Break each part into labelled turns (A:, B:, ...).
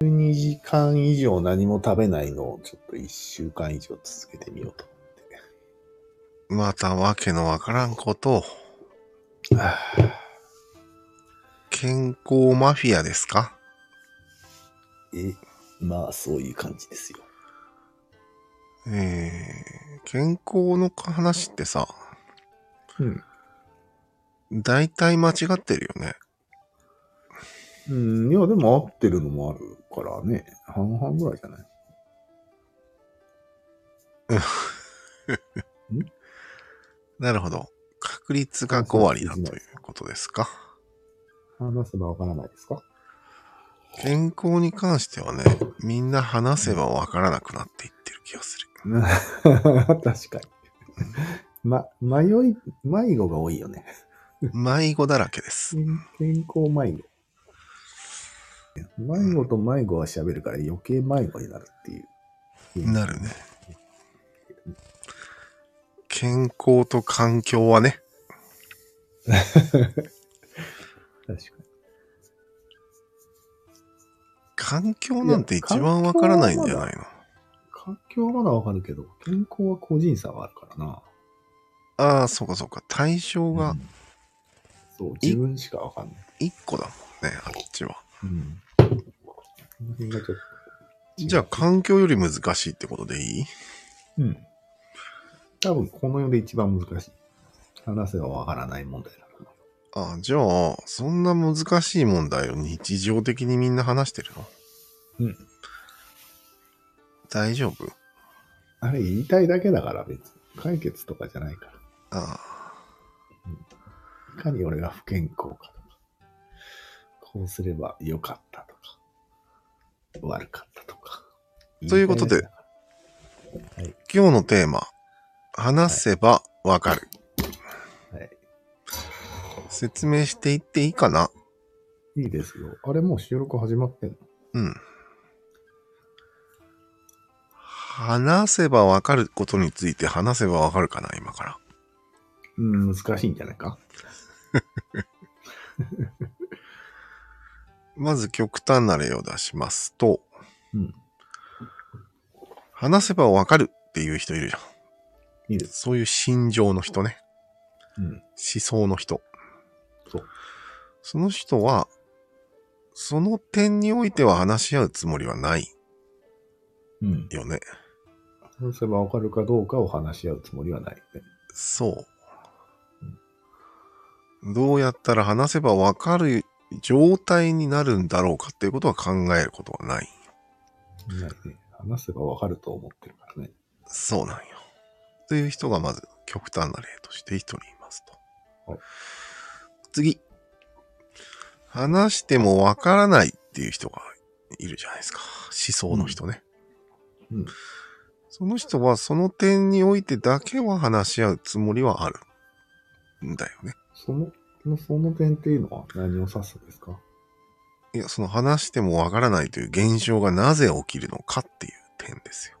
A: 2時間以上何も食べないのをちょっと1週間以上続けてみようと。
B: またわけのわからんことを。
A: は
B: 健康マフィアですか
A: え、まあそういう感じですよ。
B: えー、健康の話ってさ、
A: うん。
B: 大体間違ってるよね。
A: うん、いや、でも合ってるのもあるからね。半々ぐらいじゃない
B: なるほど。確率が5割だということですか。
A: 話せばわからないですか
B: 健康に関してはね、みんな話せばわからなくなっていってる気がする。
A: 確かに。 ま、迷い、迷子が多いよね。
B: 迷子だらけです。
A: 健康迷子。迷子と迷子は喋るから余計迷子になるっていう。
B: なるね。健康と環境はね、
A: 確かに。
B: 環境なんて一番わからないんじゃないの
A: 環境はまだわかるけど、健康は個人差があるからな。
B: ああ、そうかそうか。対象が
A: うんそう、自分しかわかんない。
B: 1個だもんね、あっちは。
A: うん。この辺がちょっと。
B: じゃあ環境より難しいってことでいい
A: うん。多分この世で一番難しい。話せばわからない問題だな。
B: ああ、じゃあ、そんな難しい問題を日常的にみんな話してるの
A: うん。
B: 大丈夫
A: あれ言いたいだけだから別に。解決とかじゃないから。
B: あ
A: いかに俺が不健康かとか、こうすれば良かったとか、悪かったとか。
B: ということ
A: 言いた
B: で
A: いだけだから。はい
B: あ、今日のテーマ、話せばわかる。
A: はい
B: 説明していっていいかない
A: いですよ。あれもう収録始まってんの
B: うん。話せばわかることについて話せばわかるかな今から。
A: うん、難しいんじゃないか
B: まず極端な例を出しますと、
A: うん。
B: 話せばわかるっていう人いるじゃん。
A: いいです。
B: そういう心情の人ね。
A: うん。
B: 思想の人。
A: そう。
B: その人は、その点においては話し合うつもりはない
A: うん。
B: よね。
A: 話せばわかるかどうかを話し合うつもりはないよね。
B: そう。どうやったら話せばわかる状態になるんだろうかっていうことは考えることはない。
A: ないね。話せばわかると思ってるからね。
B: そうなんよ。という人がまず極端な例として一人いますと。
A: はい
B: 次。話してもわからないっていう人がいるじゃないですか。思想の人ね。
A: うん。
B: その人はその点においてだけは話し合うつもりはあるんだよね。
A: その、その点っていうのは何を指すんですか
B: いや、その話してもわからないという現象がなぜ起きるのかっていう点ですよ。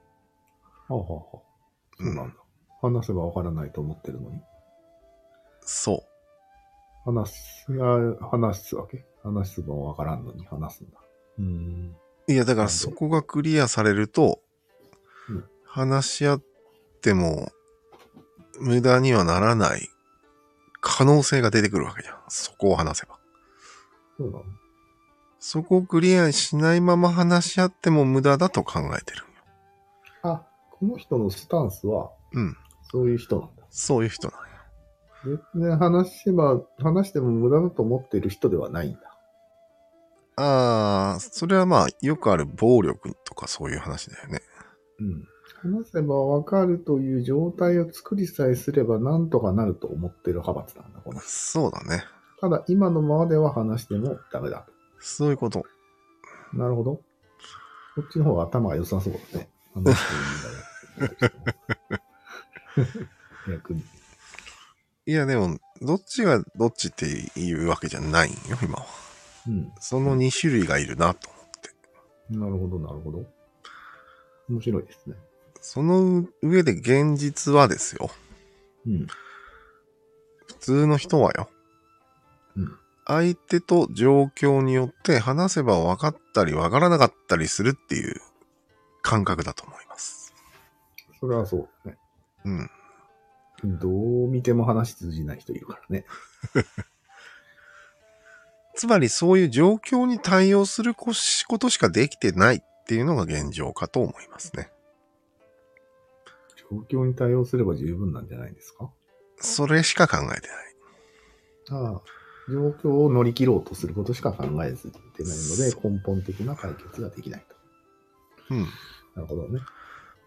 A: はあ、はあはあ、そうなんだ。話せばわからないと思ってるのに。
B: そう。
A: 話す、あ話すわけ話すばわからんのに話すんだ。うーん。
B: いや、
A: な
B: だから
A: んで
B: そこがクリアされると
A: うん、
B: 話し合っても無駄にはならない可能性が出てくるわけじゃん。そこを話せば。
A: そうなの
B: そこをクリアしないまま話し合っても無駄だと考えてるんよ。
A: あ、この人のスタンスは、
B: うん。
A: そういう人なんだ。
B: そういう人なんよ。
A: 全然話せば、話しても無駄だと思ってる人ではないんだ。
B: ああ、それはまあ、よくある暴力とかそういう話だよね。
A: うん。話せばわかるという状態を作りさえすればなんとかなると思ってる派閥なんだ、この人。
B: そうだね。
A: ただ、今のままでは話してもダメだ。
B: そういうこと。
A: なるほど。こっちの方が頭が良さそうだね。話してるんだよ逆に。
B: いや、でも、どっちがどっちっていうわけじゃないんよ、今は。
A: うん。
B: その2種類がいるなと思って。
A: なるほど、なるほど。面白いですね。
B: その上で現実はですよ。
A: うん。
B: 普通の人はよ。
A: うん
B: 相手と状況によって話せば分かったり分からなかったりするっていう感覚だと思います。
A: それはそうだね。
B: うん。
A: どう見ても話通じない人いるからね。
B: つまりそういう状況に対応するこしことしかできてないっていうのが現状かと思いますね。
A: 状況に対応すれば十分なんじゃないですか
B: それしか考えてない。
A: ああ状況を乗り切ろうとすることしか考えずってない
B: そ
A: ので、根本的な解決ができないと。
B: うん。
A: なるほどね。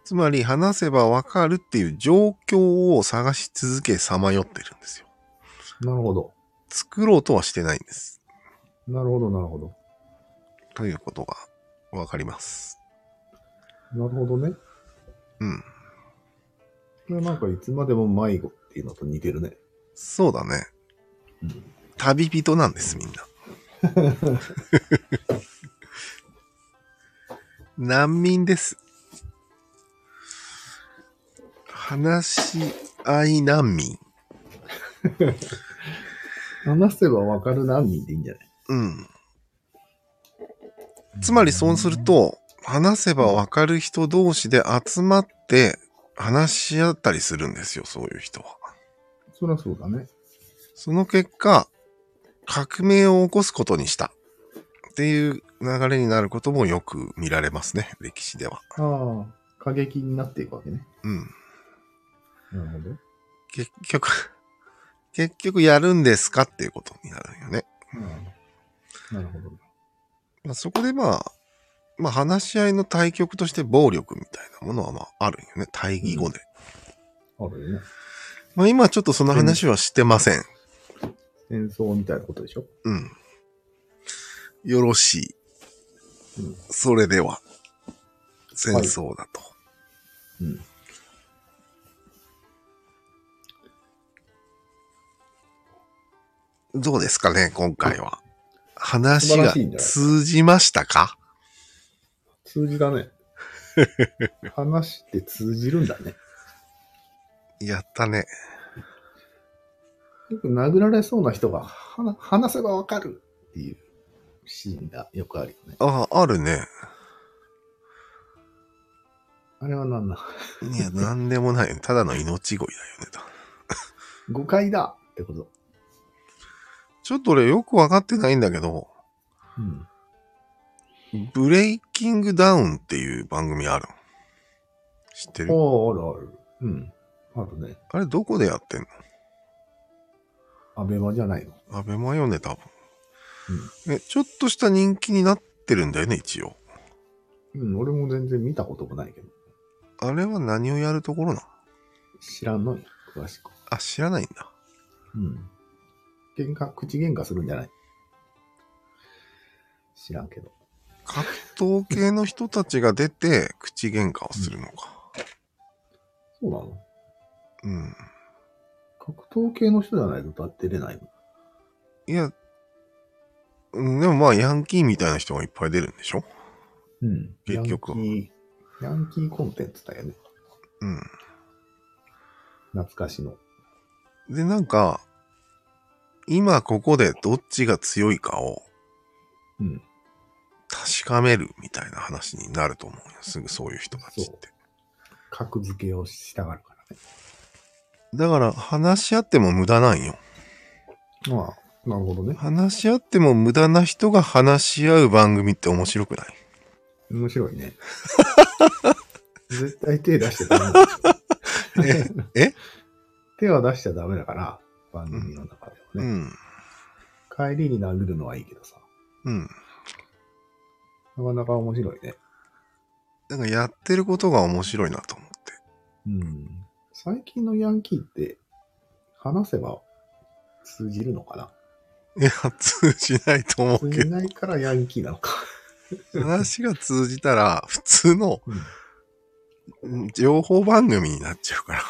B: つまり話せば分かるっていう状況を探し続けさまよってるんですよ。
A: なるほど。
B: 作ろうとはしてないんです。
A: なるほど、なるほど。
B: ということが分かります。
A: なるほどね。
B: うん。
A: これなんかいつまでも迷子っていうのと似てるね。
B: そうだね。旅人なんです、みんな。 難民です。話し合い難民。
A: 話せばわかる何人でいいんじゃない
B: うん。つまりそうすると、話せばわかる人同士で集まって話し合ったりするんですよ、そういう人は。
A: そりゃそうだね。
B: その結果、革命を起こすことにした。っていう流れになることもよく見られますね、歴史では。
A: ああ、過激になっていくわけね。
B: うん。
A: なるほど。
B: 結局、結局やるんですかっていうことになるよね。
A: なるほど。
B: まあ、そこでまあ、まあ話し合いの対局として暴力みたいなものはまああるよね、対義語で。
A: あるよね。
B: まあ今ちょっとその話はしてません。
A: 戦争みたいなことでしょ
B: うん。よろしい
A: うん。
B: それでは、戦争だと。
A: うん。
B: どうですかね、今回は。話
A: 素晴
B: が
A: らしいんじゃない
B: 通じましたか
A: 通じだね。 話って通じるんだね。
B: やったね。
A: よく殴られそうな人が話話せばわかるっていうシーンがよくあるよね。
B: ああ、あるね。
A: あれはなんだ
B: いや、なんでもないよ。ただの命乞いだよね。
A: 誤解だってこと。
B: ちょっと俺よくわかってないんだけど、
A: うん。
B: ブレイキングダウンっていう番組あるの知ってる
A: おーあるある。うん。あるね。
B: あれどこでやってんの
A: アベマじゃないの。
B: アベマよね、多分。え、ちょっとした人気になってるんだよね、一応。
A: うん。俺も全然見たこともないけど。
B: あれは何をやるところなの
A: 知らんのよ。詳しく。
B: あ、知らないんだ。
A: うん。喧嘩、口喧嘩するんじゃない知らんけど。
B: 格闘系の人たちが出て、口喧嘩をするのか。
A: そうなの
B: うん。
A: 格闘系の人じゃないとだって出れないの。
B: いや、うんでもまあ、ヤンキーみたいな人がいっぱい出るんでしょ
A: うん。
B: 結局は
A: ヤンキー、ヤンキーコンテンツだよね。
B: うん。
A: 懐かしの。
B: で、なんか、今ここでどっちが強いかを
A: うん。
B: 確かめるみたいな話になると思うよ。すぐそういう人たちって。
A: 格付けをしたがるからね。
B: だから話し合っても無駄なんよ。
A: まあ、なるほどね。
B: 話し合っても無駄な人が話し合う番組って面白くない
A: 面白 いね。絶対手出しちゃダメなんですよ。
B: ええ
A: 手は出しちゃダメだから、番組の中で
B: う
A: はね。
B: ん。
A: 帰りに殴るのはいいけどさ。
B: うん。
A: なかなか面白いね。
B: だからやってることが面白いなと思って。
A: うん。最近のヤンキーって、話せば通じるのか
B: いや、通じないと思
A: な
B: う
A: 通
B: け
A: じないからヤンキーなの か。
B: ど、話が通じたら普通の
A: うん
B: うん情報番組になっちゃうから、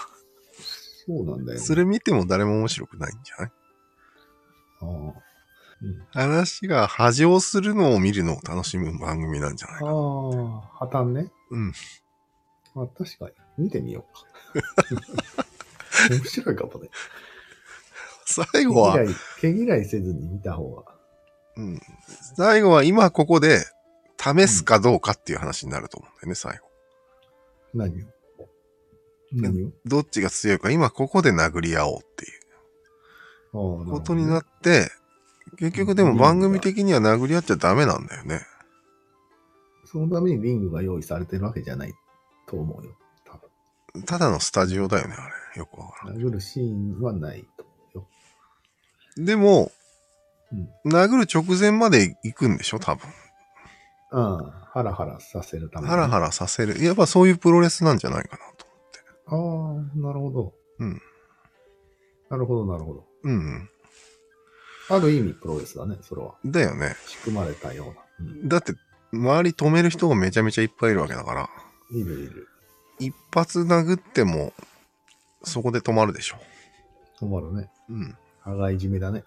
A: そうなんだよ、ね。
B: それ見ても誰も面白くないんじゃない
A: ああ、うん、
B: 話が波状するのを見るのを楽しむ番組なんじゃないかな。
A: ああ、破綻ね。
B: うん。
A: まあ確 かに。見てみようか。面白いかもね。
B: 最
A: 毛
B: 後は
A: 嫌、い、毛嫌いせずに見た方が。
B: うん、最後は今ここで試すかどうかっていう話になると思うんだよね、最後。
A: 何を何を
B: どっちが強いか今ここで殴り合おうっていう
A: ああ
B: ことに
A: な
B: な
A: る
B: って、結局でも番組的には殴り合っちゃダメなんだよね。
A: ほどそのためにリングが用意されてるわけじゃないと思うよ。多分
B: ただのスタジオだよね、あれ。よくわから
A: 殴るシーンはないと思
B: ん。でも、
A: うよ。
B: 殴る直前まで行くんでしょ多分。
A: うん。ああ、ハラハラさせるために。
B: ハラハラさせる。やっぱそういうプロレスなんじゃないかなと
A: ああ、なるほど。
B: うん。
A: なるほど、なるほど。
B: 思って。
A: ある意味プロレスだね、それは。
B: うん。だよね。
A: 仕組まれたような。
B: だって、周り止める人がめちゃめちゃいっぱいいるわけだから、
A: うん。いるいる。
B: 一発殴っても、そこで止まるでしょ。
A: 止まるね。
B: うん。
A: 羽交い締めだね。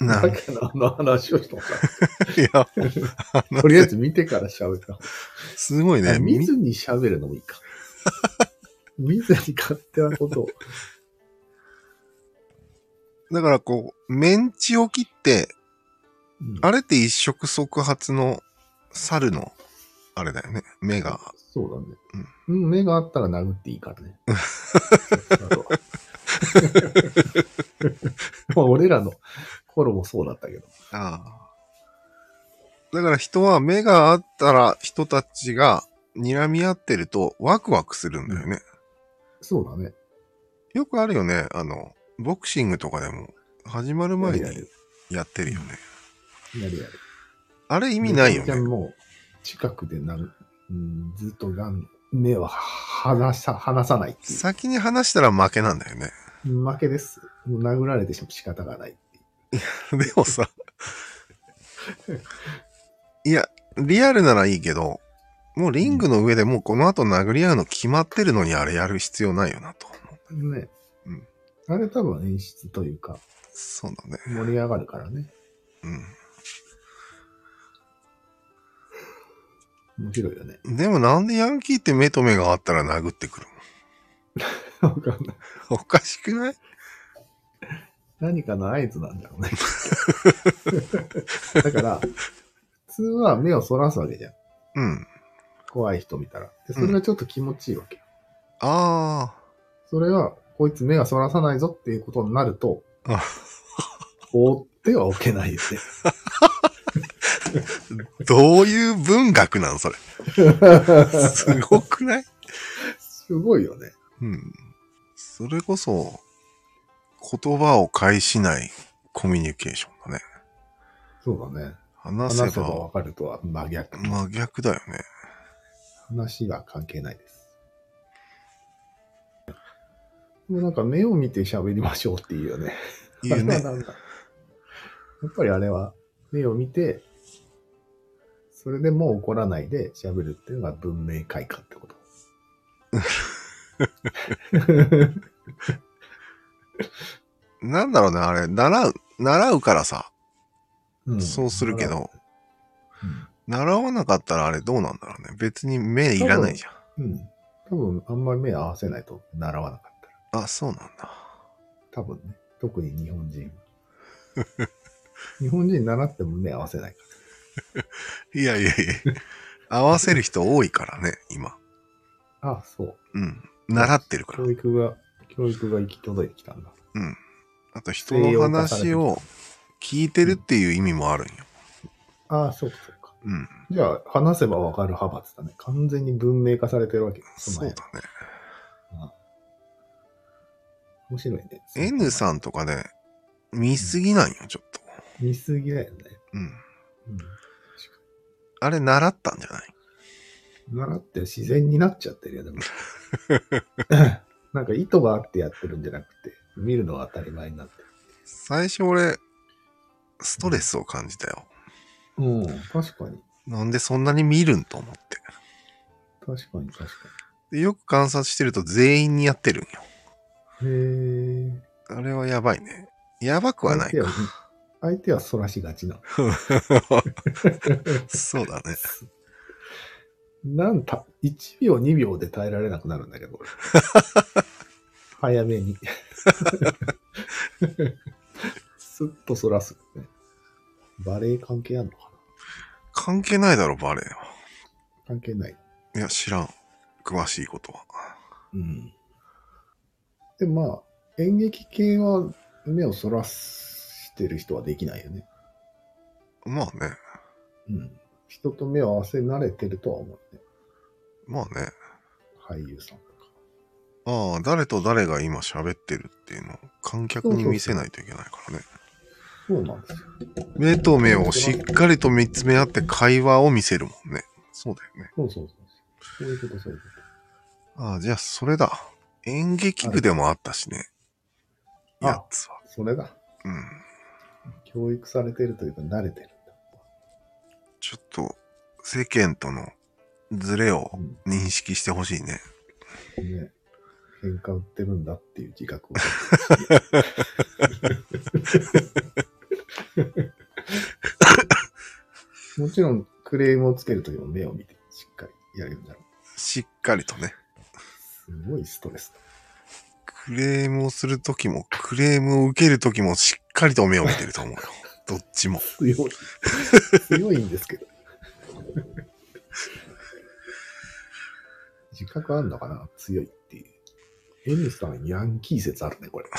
B: な
A: さ
B: ん
A: っ
B: か、
A: きのあの話をしたのか。
B: い や、
A: とりあえず見てから喋った。
B: すごい ね。
A: あ見ずに喋るのもいい か。見ずに勝手なことを。
B: だからこう、メンチを切って、
A: うん
B: あれって一触即発の猿の、あれだよね。目が。
A: そうだね。うん。目があったら殴っていいから ね。あとはまあ、俺らの頃もそうだったけど。
B: ああ。だから人は目があったら人たちが睨み合ってるとワクワクするんだよね。
A: そうだね。
B: よくあるよね。あの、ボクシングとかでも始まる前に
A: やるやる
B: やってるよね。
A: やるやる。
B: あれ意味ないよ
A: じゃ
B: ね。
A: もう、近くでなる。うん、ずっとがん目は離さ、離さないってい
B: 先に話したら負けなんだよね。
A: う。負けです。もう殴られてしまう仕方がないってい
B: でもさ。いや、リアルならいいけど、もうリングの上でもうこの後殴り合うの決まってるのにあれやる必要ないよなと思う。
A: う。ね。
B: うん
A: あれ多分演出というか、
B: そうだね。
A: 盛り上がるからね。
B: うん。
A: 面白いよね。
B: でもなんでヤンキーって目と目があったら殴ってくる
A: わかんない。
B: の おかしくない
A: 何かの合図なんだろうね。だから、普通は目をそらすわけじゃん。
B: うん。
A: 怖い人見たら。で、それがちょっと気持ちいいわけ。
B: あ
A: それは、こいつ目がそらさないぞっていうことになると
B: あ、
A: 追ってはおけないですね。
B: あ、どういう文学なのそれ。 すごくない
A: すごいよね。
B: うん。それこそ、言葉を介しないコミュニケーションだね。
A: そうだね。
B: 話
A: 話せ
B: せ
A: ば
B: ば
A: わかるとは真逆。
B: 真逆だよね。
A: 話は関係ないです。でもなんか目を見て喋りましょうっていうよね。
B: いい よ
A: あれ
B: ね
A: は。なんだやっぱりあれは目を見て、それでもう怒らないで喋るっていうのが文明開化って こと。
B: なんだろうね、あれ、習う、習うからさ、
A: うん
B: そうするけど、習わなかったらあれどうなんだろうね。別に目いらないじゃ
A: うん。多分あんまり目合わせないと習わなかったら。
B: ん。あ、そうなんだ。
A: 多分ね。特に日本 人。日本人習っても目合わせないか
B: いやいやいや。合わせる人多いからね、今。
A: ら。あ、そう。
B: うん。習ってるから
A: 教。育が、教育が行き届いてきたんだ。
B: うん。あと人の話を聞いてるっていう意味もあるんよ。
A: ああ、そうか、そうか。
B: うん。
A: じゃあ、話せばわかる派閥だね。完全に文明化されてるわけ。
B: そうだね。
A: 面白いね。
B: N さんとかね、見すぎないよ、ちょっと。
A: 見すぎだよね。
B: うん。
A: うん。
B: あれ、習ったんじゃない
A: 習って自然になっちゃってるよ、で も。なんか意図があってやってるんじゃなくて、見るのが当たり前になってる。
B: 最初俺、ストレスを感じたよ。
A: うん、確かに。
B: なんでそんなに見るんと思って。
A: 確かに、確か
B: でよく観察してると全員にやってるんよ。
A: に。へえ。
B: あれはやばいね。やばくはない
A: 相手
B: か。
A: は相手はそらしがちなの。
B: そうだね。
A: なんた、1秒、2秒で耐えられなくなるんだけど、俺は早め に。すっとそらす、ね。バレエ関係あるのかな
B: 関係ないだろ、バレエ
A: 関係ない。
B: いや、知らん。詳しいことは。
A: うん。でもまあ、演劇系は目をそらしてる人はできないよね。
B: まあね。
A: うん。人と目を合わせ慣れてるとは思うね。
B: まあね。
A: 俳優さんとか。
B: ああ、誰と誰が今喋ってるっていうのを観客に見せないといけないからね。
A: そうなんですよ。
B: 目と目をしっかりと見つめ合って会話を見せるもんね。そうだよね。
A: そうそうそうそう。そういうこと、そういうこ
B: ああ、じゃあそれだ。演劇部でもあったしね。
A: はい
B: やつは。
A: と。それだ。
B: うん。
A: 教育されてるというか、慣れてるんだ。
B: ちょっと世間とのズレを
A: うん。
B: 認識してほしいね。
A: ね。喧嘩売ってるんだっていう自 覚を。もちろん、クレームをつけるときも目を見て、しっかりやるんだろう。
B: しっかりとね。
A: すごいストレスだ。
B: クレームをするときも、クレームを受けるときもしっかりと目を見てると 思うよ。どっちも。
A: 強い。強いんですけど。自覚あんのかな強いっていう。エミさん、ヤンキー説あるね、これ。